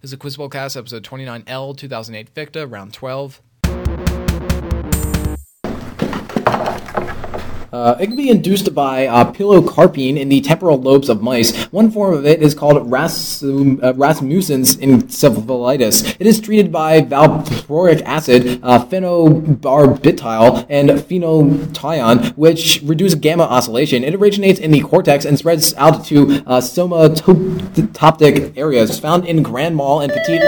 This is a Quiz Bowl Cast, episode 29L, 2008 Victa, round 12. Uh, it can be induced by uh, pilocarpine in the temporal lobes of mice. One form of it is called Ras- uh, Rasmussen's encephalitis. It is treated by valproic acid, uh, phenobarbital, and phenotion, which reduce gamma oscillation. It originates in the cortex and spreads out to uh, somatoptic areas, found in grand mal and petite.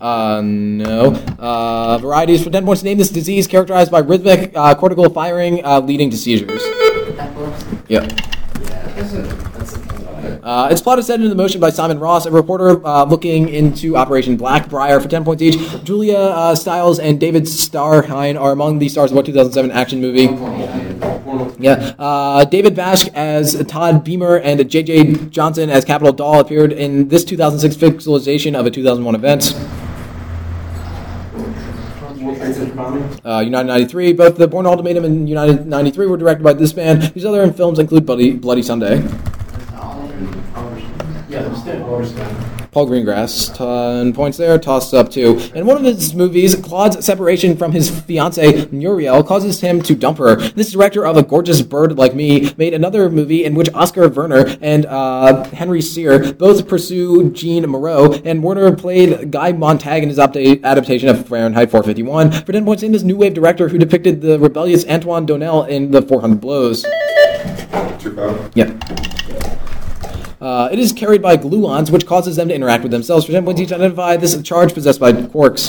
Uh, no. Uh, varieties for 10 points. Name this disease characterized by rhythmic uh, cortical firing uh, leading to seizures. Yep. Uh, it's plotted set into motion by Simon Ross, a reporter uh, looking into Operation Blackbriar for 10 points each. Julia uh, Stiles and David Starhine are among the stars of what 2007 action movie? Yeah. Uh, David Bash as Todd Beamer and J.J. Johnson as Capital Doll appeared in this 2006 visualization of a 2001 event. uh, United 93. Both The Born Ultimatum and United 93 were directed by this man. These other films include Bloody, Bloody Sunday, Paul Greengrass. 10 points there, tossed up two. In one of his movies, Claude's separation from his fiancee, Muriel, causes him to dump her. This director of A Gorgeous Bird Like Me made another movie in which Oscar Werner and uh, Henry Sear both pursue Jean Moreau, and Werner played Guy Montag in his opta- adaptation of Fahrenheit 451. For 10 points, in this New Wave director who depicted the rebellious Antoine Donnell in The 400 Blows. Yeah. Uh, it is carried by gluons, which causes them to interact with themselves. For example, each identify this charge possessed by quarks.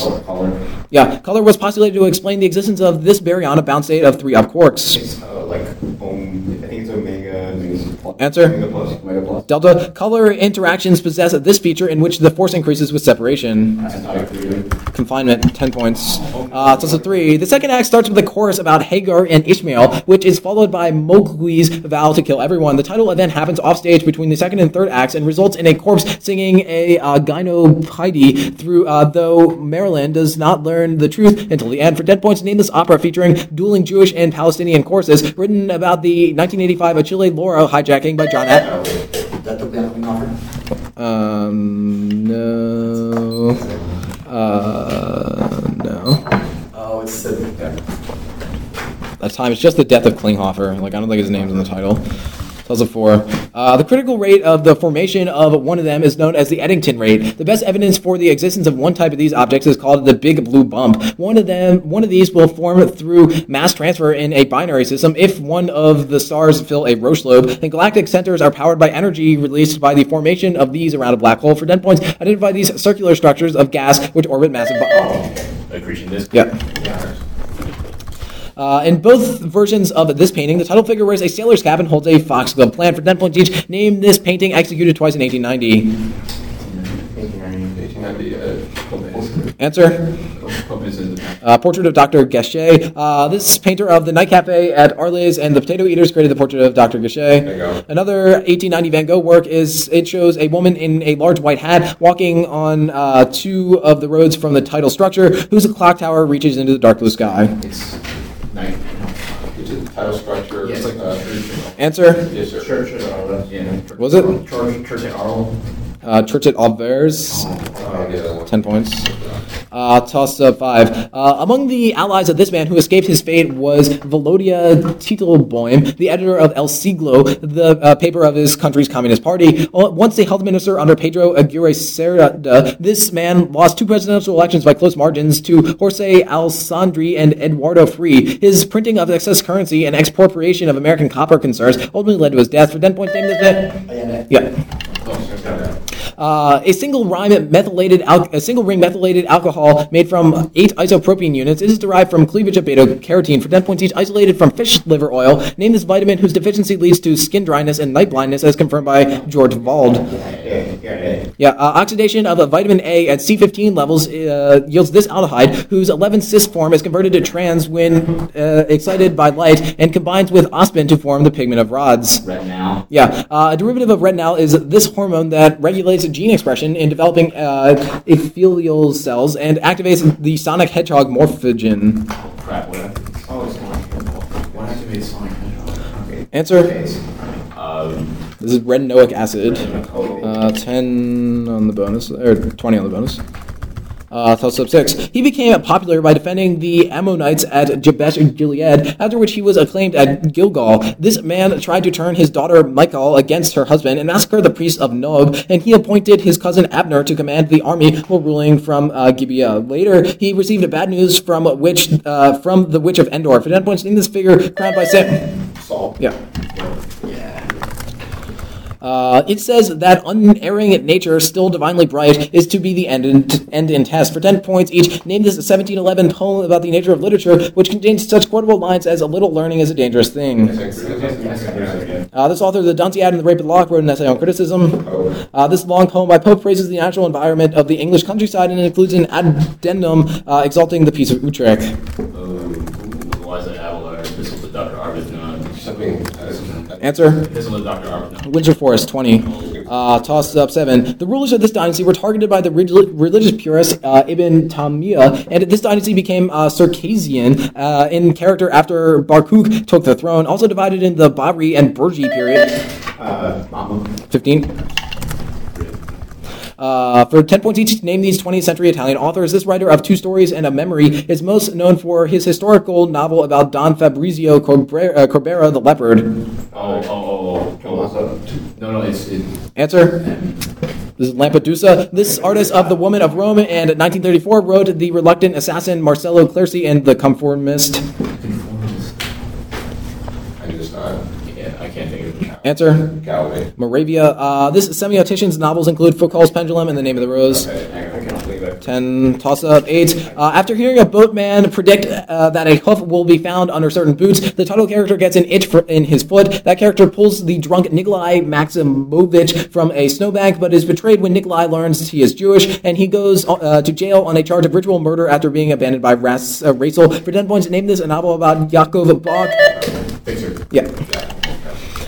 Yeah, color was postulated to explain the existence of this baryonic bound state of three up quarks. Uh, like um, I think it's omega. Answer. Omega plus. Omega plus. Delta color interactions possess this feature in which the force increases with separation. Confinement, 10 points. Uh, so it's a 3. The second act starts with a chorus about Hagar and Ishmael, which is followed by Mowgli's vow to kill everyone. The title event happens offstage between the second and third acts and results in a corpse singing a uh, gynopiety, through, uh, though Marilyn does not learn the truth until the end. For 10 points, name this opera featuring dueling Jewish and Palestinian choruses, written about the 1985 Achille Lauro hijacking by John At- That took the Halloween offer. um, no. Uh, no. Oh, it's the That time it's just the death of Klinghoffer. Like I don't think his name's in the title. That was a four. Uh, the critical rate of the formation of one of them is known as the Eddington rate. The best evidence for the existence of one type of these objects is called the big blue bump. One of them, one of these will form through mass transfer in a binary system if one of the stars fill a Roche lobe. And galactic centers are powered by energy released by the formation of these around a black hole. For ten points, identify these circular structures of gas which orbit massive. Bu- Accretion disk. yeah. Uh, in both versions of this painting, the title figure wears a sailor's cap and holds a foxglove plant. For 10 points each, name this painting executed twice in 1890. uh, Answer uh, Portrait of Dr. Gachet. Uh, this painter of the Night Cafe at Arles and the Potato Eaters created the portrait of Dr. Gachet. There you go. Another 1890 Van Gogh work is it shows a woman in a large white hat walking on uh, two of the roads from the title structure, whose clock tower reaches into the dark blue sky. It's night. Which is the title structure. Yes. It's like uh, original. Answer Yes, sir. Church at Arles. Yeah. was it Church, church at Arles. uh, Church at Auvers? Uh, yeah. 10 points. Uh, toss up 5. Uh, among the allies of this man who escaped his fate was Volodya Titelboim, the editor of El Siglo, the uh, paper of his country's Communist Party. O- Once the health minister under Pedro Aguirre Cerda, this man lost two presidential elections by close margins to Jorge Alessandri and Eduardo Free. His printing of excess currency and expropriation of American copper concerns ultimately led to his death. For 10 points, name this man. Allende. Yeah. Oh, Uh, a single rhyme methylated al- a single ring methylated alcohol made from eight isopropene units is derived from cleavage of beta carotene for 10 points each isolated from fish liver oil name this vitamin whose deficiency leads to skin dryness and night blindness as confirmed by george wald Yeah, yeah, yeah. yeah uh, oxidation of a vitamin a at c15 levels uh, yields this aldehyde whose 11 cis form is converted to trans when uh, excited by light and combines with ospin to form the pigment of rods Right now. yeah, uh, a derivative of retinal is this hormone that regulates gene expression in developing uh, epithelial cells and activates the sonic hedgehog morphogen. Crap, what happened? Oh, it's Sonic Hedgehog. What happened to be Sonic Hedgehog? Okay. Answer: Yes. Um, This is retinoic acid. Oh, Uh, 10 on the bonus, or 20 on the bonus. Uh, toss up 6. He became popular by defending the Ammonites at Jabesh Gilead, after which he was acclaimed at Gilgal. This man tried to turn his daughter Michal against her husband and massacre the priests of Nob, and he appointed his cousin Abner to command the army while ruling from uh, Gibeah. Later, he received bad news from which uh, from the witch of Endor. For that point, seeing this figure crowned by Sam. Saul. Yeah. Yeah. Uh, it says that unerring nature, still divinely bright, is to be the end in, end in test. For 10 points each, name this 1711 poem about the nature of literature, which contains such quotable lines as a little learning is a dangerous thing. Uh, this author, of The Dunciad and the Rape of Locke, wrote an essay on criticism. Oh. Uh, this long poem by Pope praises the natural environment of the English countryside and includes an addendum uh, exalting the Peace of Utrecht. Um, Why is it Avalar? Epistle to Dr. Arbuthnot. Something. uh, Answer? Epistle to Dr. Arbuthnot. Windsor Forest, 20. Uh, tossed up 7. The rulers of this dynasty were targeted by the relig- religious purists uh, Ibn Taymiyyah, and this dynasty became uh, Circassian uh, in character after Barkuk took the throne, also divided into the Babri and Burji period. Uh, Mama. 15. Uh, for 10 points each, name these 20th century Italian authors. This writer of two stories and a memory is most known for his historical novel about Don Fabrizio Corbre- uh, Corbera the Leopard. Oh, oh, oh, oh, oh. No, no, it's it. Answer? This is Lampedusa. This artist of the Woman of Rome and 1934 wrote The Reluctant Assassin, Marcello Clercy, and The Conformist. I just not. Yeah, I can't think of it. Answer. Galway. Moravia. Uh, this semiotician's novels include Foucault's Pendulum and The Name of the Rose. Okay, I can't believe it. 10 toss up 8 uh, after hearing a boatman predict uh, that a hoof will be found under certain boots the title character gets an itch for, in his foot that character pulls the drunk nikolai maximovich from a snowbank but is betrayed when nikolai learns he is jewish and he goes uh, to jail on a charge of ritual murder after being abandoned by Ras- uh, Raisel. for 10 points name this a novel about yakov bach Picture. yeah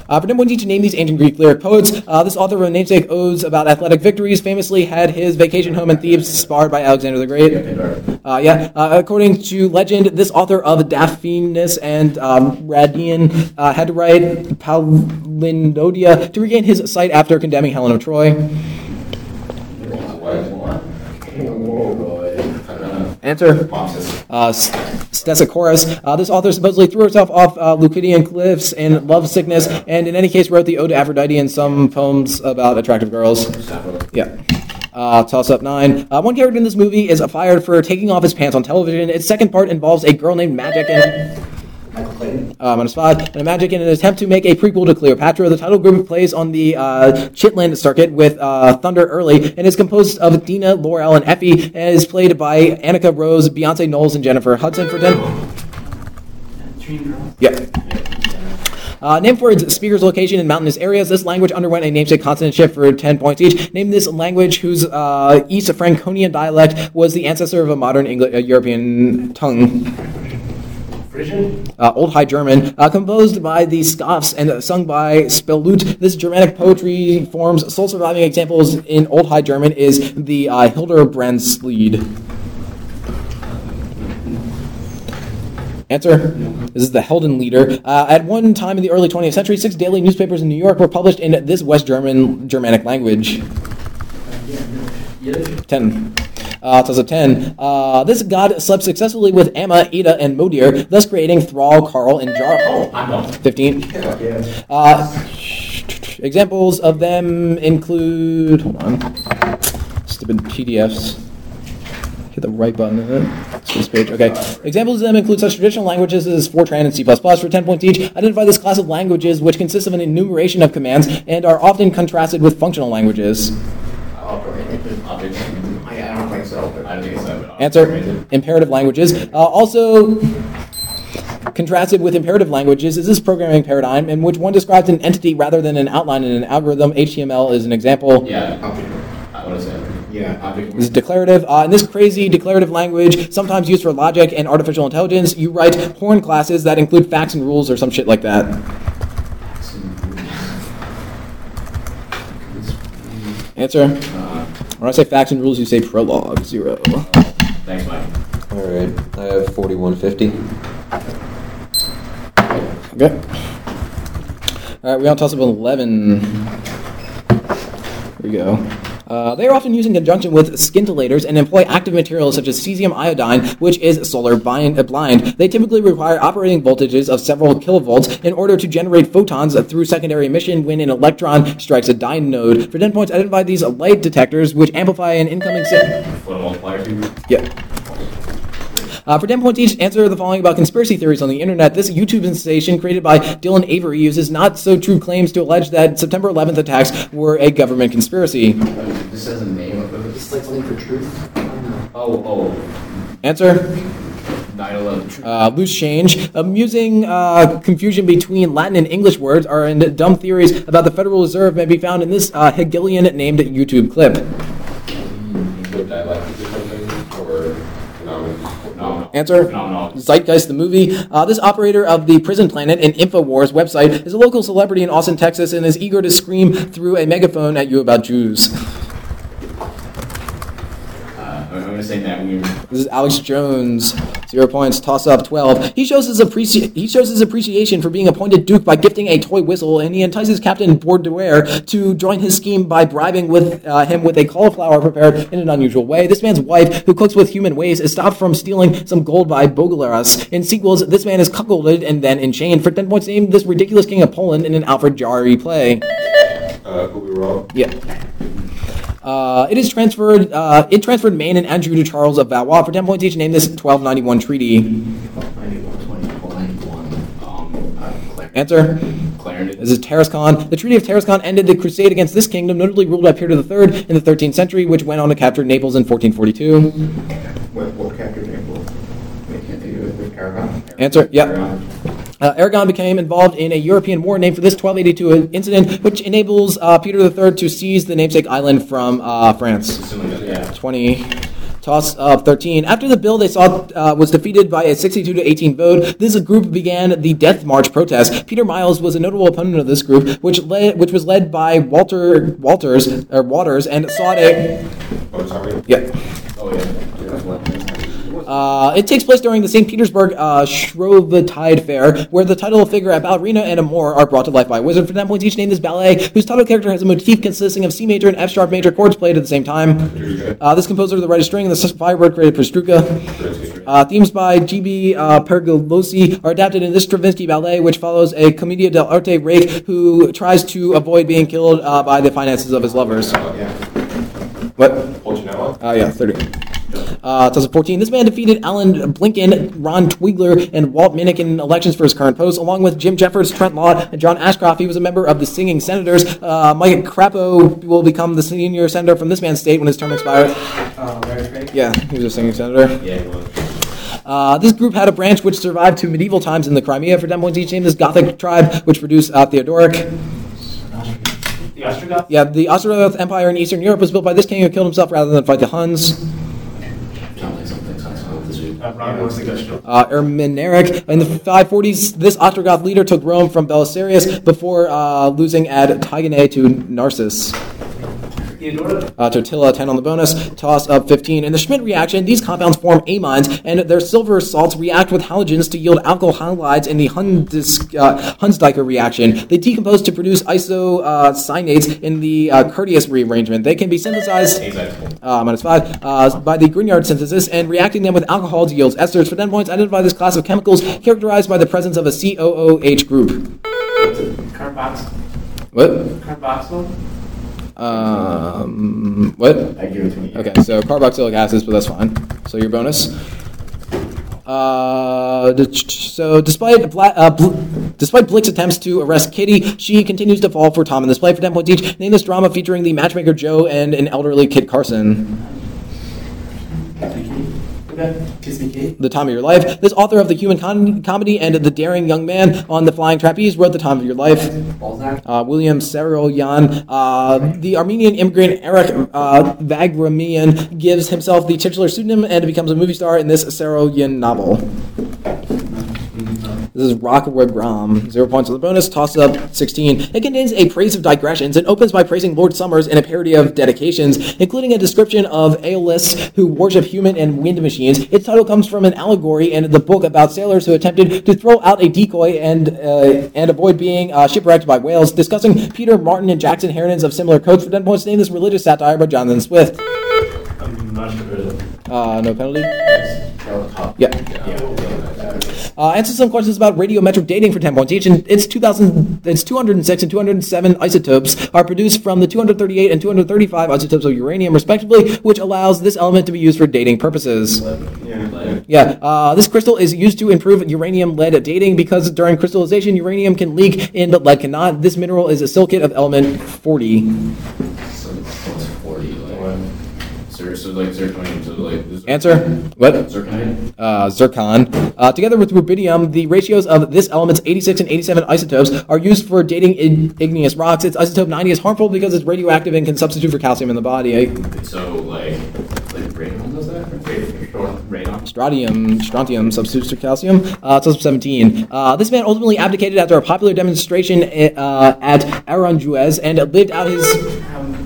uh, for number one, to name these ancient Greek lyric poets, uh, this author of namesake odes about athletic victories famously had his vacation home in Thebes inspired by Alexander the Great. Uh, yeah, uh, according to legend, this author of Daphnis and um, Radian uh, had to write Paulinodia to regain his sight after condemning Helen of Troy. Oh, What? Whoa, boy. I don't know. Answer. Mopsis. Uh, S- Stesichorus. Uh, this author supposedly threw herself off uh, Leucidian cliffs in love sickness, and in any case wrote the Ode to Aphrodite and some poems about attractive girls. Snapple. Yeah. Uh, toss up nine. Uh, one character in this movie is fired for taking off his pants on television. Its second part involves a girl named Magic and Michael Clayton. um, on a spot and a Magic in an attempt to make a prequel to Cleopatra. The title group plays on the uh, Chitlin circuit with uh, Thunder Early and is composed of Dina, Laurel, and Effie and is played by Annika Rose, Beyonce Knowles, and Jennifer Hudson for ten. Dream Girl. Yeah. Uh, name for its speaker's location in mountainous areas. This language underwent a namesake consonant shift for 10 points each. Name this language whose uh, East Franconian dialect was the ancestor of a modern Engli- uh, European tongue. Frisian? Uh, Old High German, uh, composed by the Scots and sung by Spelut. This Germanic poetry form's sole surviving examples in Old High German is the uh, Hildebrandslied. Answer. This is the Helden Leader. Uh, at one time in the early 20th century, six daily newspapers in New York were published in this West German Germanic language. Yiddish. 10. Uh, toss of 10. Uh, this god slept successfully with Amma, Ida, and Modir, thus creating Thrall, Carl, and Jarl. I know. 15. Yeah. Uh, examples of them include. Hold on. Stupid PDFs. Hit the right button, isn't it? It's this page. Okay. Examples of them include such traditional languages as Fortran and C++ for 10 points each. Identify this class of languages, which consists of an enumeration of commands and are often contrasted with functional languages. Object. Object. Oh, I I don't think so. but I don't think it's that. but Answer imperative languages. Uh, also, contrasted with imperative languages is this programming paradigm in which one describes an entity rather than an outline in an algorithm. HTML is an example. Yeah. Object. I want to say. Yeah. Object. This is declarative. Uh, in this crazy declarative language, sometimes used for logic and artificial intelligence, you write horn classes that include facts and rules or some shit like that. Answer. When I say facts and rules, you say prologue zero. Thanks, Mike. All right. I have forty-one fifty. Okay. All right, we on toss up eleven. Here we go. Uh, they are often used in conjunction with scintillators and employ active materials such as cesium iodine, which is solar bind- uh, blind. They typically require operating voltages of several kilovolts in order to generate photons through secondary emission when an electron strikes a dynode. For 10 points, identify these light detectors which amplify an incoming signal. What a multiplier figure. Yeah. Uh, for 10 points each, answer the following about conspiracy theories on the internet. This YouTube sensation created by Dylan Avery uses not so true claims to allege that September 11th attacks were a government conspiracy. This has a name of it. It's like something for truth. I don't know. Oh, oh. Answer 9 11. uh, loose change. Amusing uh, confusion between Latin and English words are in dumb theories about the Federal Reserve may be found in this uh, Hegelian named YouTube clip. Include dialectic or something, or phenomenon. Uh, No, Answer? no, no. Zeitgeist the movie. Uh, this operator of the Prison Planet and InfoWars website is a local celebrity in Austin, Texas, and is eager to scream through a megaphone at you about Jews. Uh, I'm going to say that we This is Alex Jones, zero points, toss up twelve. He shows his appreci- he shows his appreciation for being appointed duke by gifting a toy whistle, and he entices Captain Bordeaux to join his scheme by bribing with uh, him with a cauliflower prepared in an unusual way. This man's wife, who cooks with human waste, is stopped from stealing some gold by Bogolaras. In sequels, this man is cuckolded and then enchained for ten points. Name this ridiculous king of Poland in an Alfred Jarry play. Uh, who we were all? Yeah. Uh, it is transferred. Uh, it transferred Maine and Andrew to Charles of Valois for ten points each. Name this 1291 treaty. 91, 24, 91. um, uh, Clar- Answer. Clarendon. This is Tarascon. The Treaty of Tarascon ended the crusade against this kingdom, notably ruled by Peter III in the 13th century, which went on to capture Naples in 1442. What, what captured Ample? They can't do it with Aragon. Answer. Yep. Uh, Aragon became involved in a European war named for this 1282 incident, which enables uh, Peter III to seize the namesake island from uh, France. Sicily, yeah. 20 toss of 13 after the bill they saw uh, was defeated by a 62 to 18 vote this group began the death march protest peter miles was a notable opponent of this group which led which was led by walter walters or waters and sought a Oh, sorry. yeah Oh, yeah. uh, it takes place during the St. Petersburg uh, Shrovetide Fair, where the title figure, a ballerina and a Moor, are brought to life by a wizard. For 10 points each, name this ballet, whose title character has a motif consisting of C major and F sharp major chords played at the same time. Uh, this composer of the right string and the firebird created for Struka. Uh, themes by G.B. Uh, Pergolosi are adapted in this Stravinsky ballet, which follows a commedia dell'arte rake who tries to avoid being killed uh, by the finances of his lovers. Yeah. What? Polchinella? Uh, yeah, 30. Uh, 2014. This man defeated Alan Blinken, Ron Twigler, and Walt Minnick in elections for his current post, along with Jim Jeffers, Trent Lott, and John Ashcroft. He was a member of the Singing Senators. Uh, Mike Crapo will become the senior senator from this man's state when his term expires. Oh, Larry Craig. Yeah, he was a singing senator. Yeah, it was. Uh, this group had a branch which survived to medieval times in the Crimea for 10 points each. Name this Gothic tribe, which produced uh, Theodoric. The Ostrogoth? Yeah, the Ostrogoth Empire in Eastern Europe was built by this king who killed himself rather than fight the Huns. Sounds like something. Sounds like this week. Uh, Ron was the Ostrogoth. Uh, Ermineric. In the 540s, this Ostrogoth leader took Rome from Belisarius before uh, losing at Tigane to Narcissus. Theodora? Uh, Totila, 10 on the bonus, toss up 15. In the Schmidt reaction, these compounds form amines, and their silver salts react with halogens to yield alkyl halides in the Hundis, uh, Hunsdiker reaction. They decompose to produce isocyanates in the uh, Curtius rearrangement. They can be synthesized Asexual. uh, minus 5 uh, by the Grignard synthesis, and reacting them with alcohol yields esters. For 10 points, identify this class of chemicals characterized by the presence of a COOH group. Carbox- What? Carboxyl. Um, what? I give it to me. Okay, so carboxylic acids, but that's fine. So your bonus. Uh, d- so despite Bla- uh, Bl- despite Blick's attempts to arrest Kitty, she continues to fall for Tom in this play for ten points each. Name this drama featuring the matchmaker Joe and an elderly Kit Carson. Kiss me, Kate. Okay. Kiss me, Kate. The Time of Your Life. This author of the Human Con- Comedy and the Daring Young Man on the Flying Trapeze wrote The Time of Your Life. Balzac. uh, William Saralyan, uh, the Armenian immigrant Eric uh, Vagramian gives himself the titular pseudonym and becomes a movie star in this Saralyan novel. This is Rock Web Rom. Zero points on the bonus. Toss up 16. It contains a praise of digressions and opens by praising Lord Summers in a parody of dedications, including a description of Aeolists who worship human and wind machines. Its title comes from an allegory in the book about sailors who attempted to throw out a decoy and uh, and avoid being uh, shipwrecked by whales. Discussing Peter Martin and Jackson Herons of similar codes for 10 points. Name this religious satire by Jonathan Swift. I'm not sure. Uh, no penalty. Telecom. Yeah. Yeah, we'll go with that. Uh, answer some questions about radiometric dating for 10 points each. And it's 2000, it's 206 and 207 isotopes are produced from the 238 and 235 isotopes of uranium, respectively, which allows this element to be used for dating purposes. Yeah. Yeah, uh, this crystal is used to improve uranium lead dating because during crystallization, uranium can leak in, but lead cannot. This mineral is a silicate of element 40. So it's forty, like. Sir, so like zirconium, so like. this- Answer? What? Zirconium? uh, zircon. Uh, together with rubidium, the ratios of this element's 86 and 87 isotopes are used for dating ig- igneous rocks. Its isotope 90 is harmful because it's radioactive and can substitute for calcium in the body. Eh, So like, like radon does that? Or radon? Or radon? Stratium, strontium substitutes for calcium. Uh, it's also 17. Uh, this man ultimately abdicated after a popular demonstration uh, at Aranjuez and lived out his Um,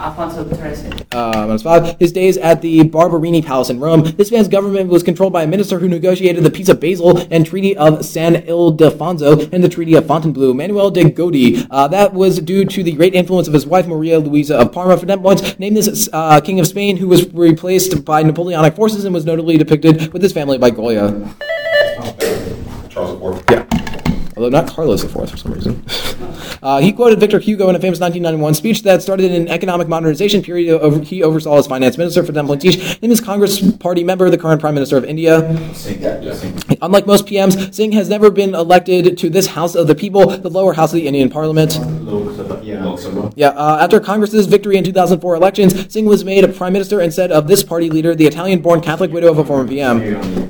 Alfonso Torres. uh, minus five. His days at the Barberini Palace in Rome. This man's government was controlled by a minister who negotiated the Peace of Basel and Treaty of San Ildefonso and the Treaty of Fontainebleau. Manuel de Godi. Uh, that was due to the great influence of his wife Maria Luisa of Parma. For that once, named this uh, King of Spain, who was replaced by Napoleonic forces and was notably depicted with his family by Goya. Charles IV. Although not Carlos IV for some reason. Uh, he quoted Victor Hugo in a famous 1991 speech that started an economic modernization period. Over, he oversaw as finance minister for 10 points each, and is Congress Party member, the current Prime Minister of India. Sink, yeah, sink. Unlike most PMs, Singh has never been elected to this House of the People, the lower house of the Indian Parliament. Looks about- Yeah. Looks about- Yeah, uh, after Congress's victory in 2004 elections, Singh was made a Prime Minister and said of this party leader, the Italian born Catholic widow of a former PM.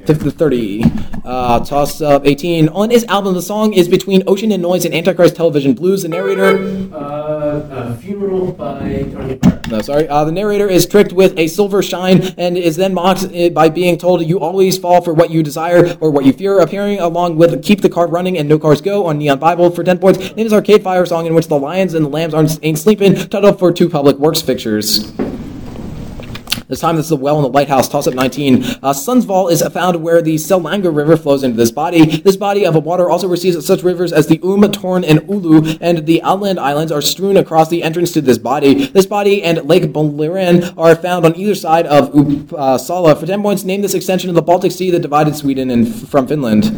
to the 30. Uh, toss up 18. On his album, the song is Between Ocean and Noise and Antichrist Television Blues. The narrator, Uh, a funeral by Tony Park. no, sorry, uh, the narrator is tricked with a silver shine and is then mocked uh, by being told, You always fall for what you desire or what you fear, appearing along with Keep the Car Running and No Cars Go on Neon Bible for 10 points. Name is Arcade Fire song in which the lions and the lambs aren't, ain't sleeping, titled for two public works fixtures. This time, this is the well in the lighthouse, toss up 19. Uh, Sunsval is found where the Selanga River flows into this body. This body of water also receives such rivers as the Um, Torn, and Ulu, and the outland islands are strewn across the entrance to this body. This body and Lake Boleren are found on either side of Uppsala. For 10 points, name this extension of the Baltic Sea that divided Sweden and from Finland.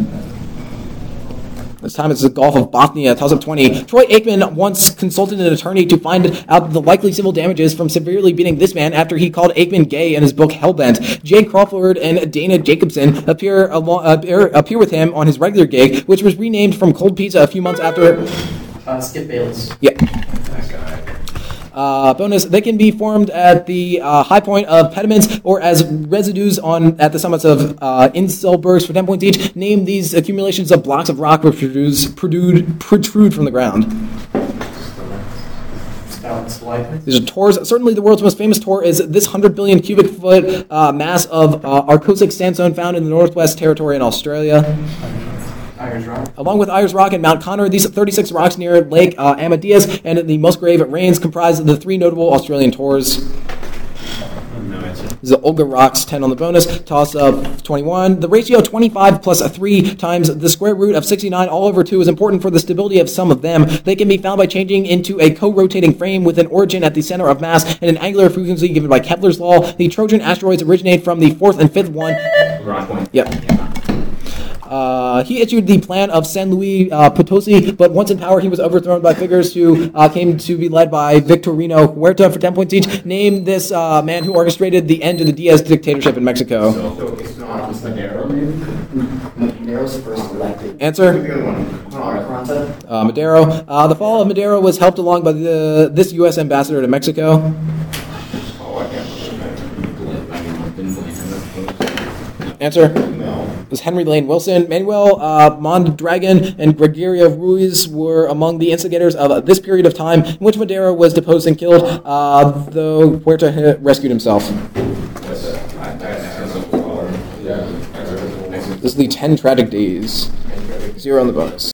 This time it's the Gulf of Bothnia, toss up 20. Troy Aikman once consulted an attorney to find out the likely civil damages from severely beating this man after he called Aikman gay in his book Hellbent. Jay Crawford and Dana Jacobson appear, alo- appear, appear with him on his regular gig, which was renamed from Cold Pizza a few months after. Uh, Skip Bayless. Yeah. Uh, bonus, they can be formed at the uh, high point of pediments or as residues on at the summits of uh, Inselbergs for 10 points each. Name these accumulations of blocks of rock which produce, protrude, protrude from the ground. Alex Lightman. These are tors. Certainly, the world's most famous tor is this 100 billion cubic foot uh, mass of uh, Arcosic sandstone found in the Northwest Territory in Australia. Irish Rock. Along with Ayers Rock and Mount Connor, these 36 rocks near Lake uh, Amadeus and the Musgrave Range comprise the three notable Australian tors. No answer. This is the Olga Rocks 10 on the bonus, toss up 21. The ratio 25 plus a 3 times the square root of 69 all over 2 is important for the stability of some of them. They can be found by changing into a co rotating frame with an origin at the center of mass and an angular frequency given by Kepler's law. The Trojan asteroids originate from the fourth and fifth one. Rock point. Yep. Uh, he issued the plan of San Luis uh, Potosi, but once in power, he was overthrown by figures who uh, came to be led by Victorino Huerta for 10 points each. Name this uh, man who orchestrated the end of the Diaz dictatorship in Mexico. So it's not just an arrow, maybe? Madero's first elected. Answer? The other one. Carranza. Uh, Madero. Uh, the fall of Madero was helped along by the, this U.S. ambassador to Mexico. Oh, I can't remember. I mean, I've been playing that. Answer? No. was Henry Lane Wilson. Manuel uh, Mondragon and Gregorio Ruiz were among the instigators of this period of time in which Madero was deposed and killed, uh, though Huerta rescued himself. That's a- I- I- I- that's a- Yeah. that's a- that's a- This is the 10 tragic days. Zero on the bonus.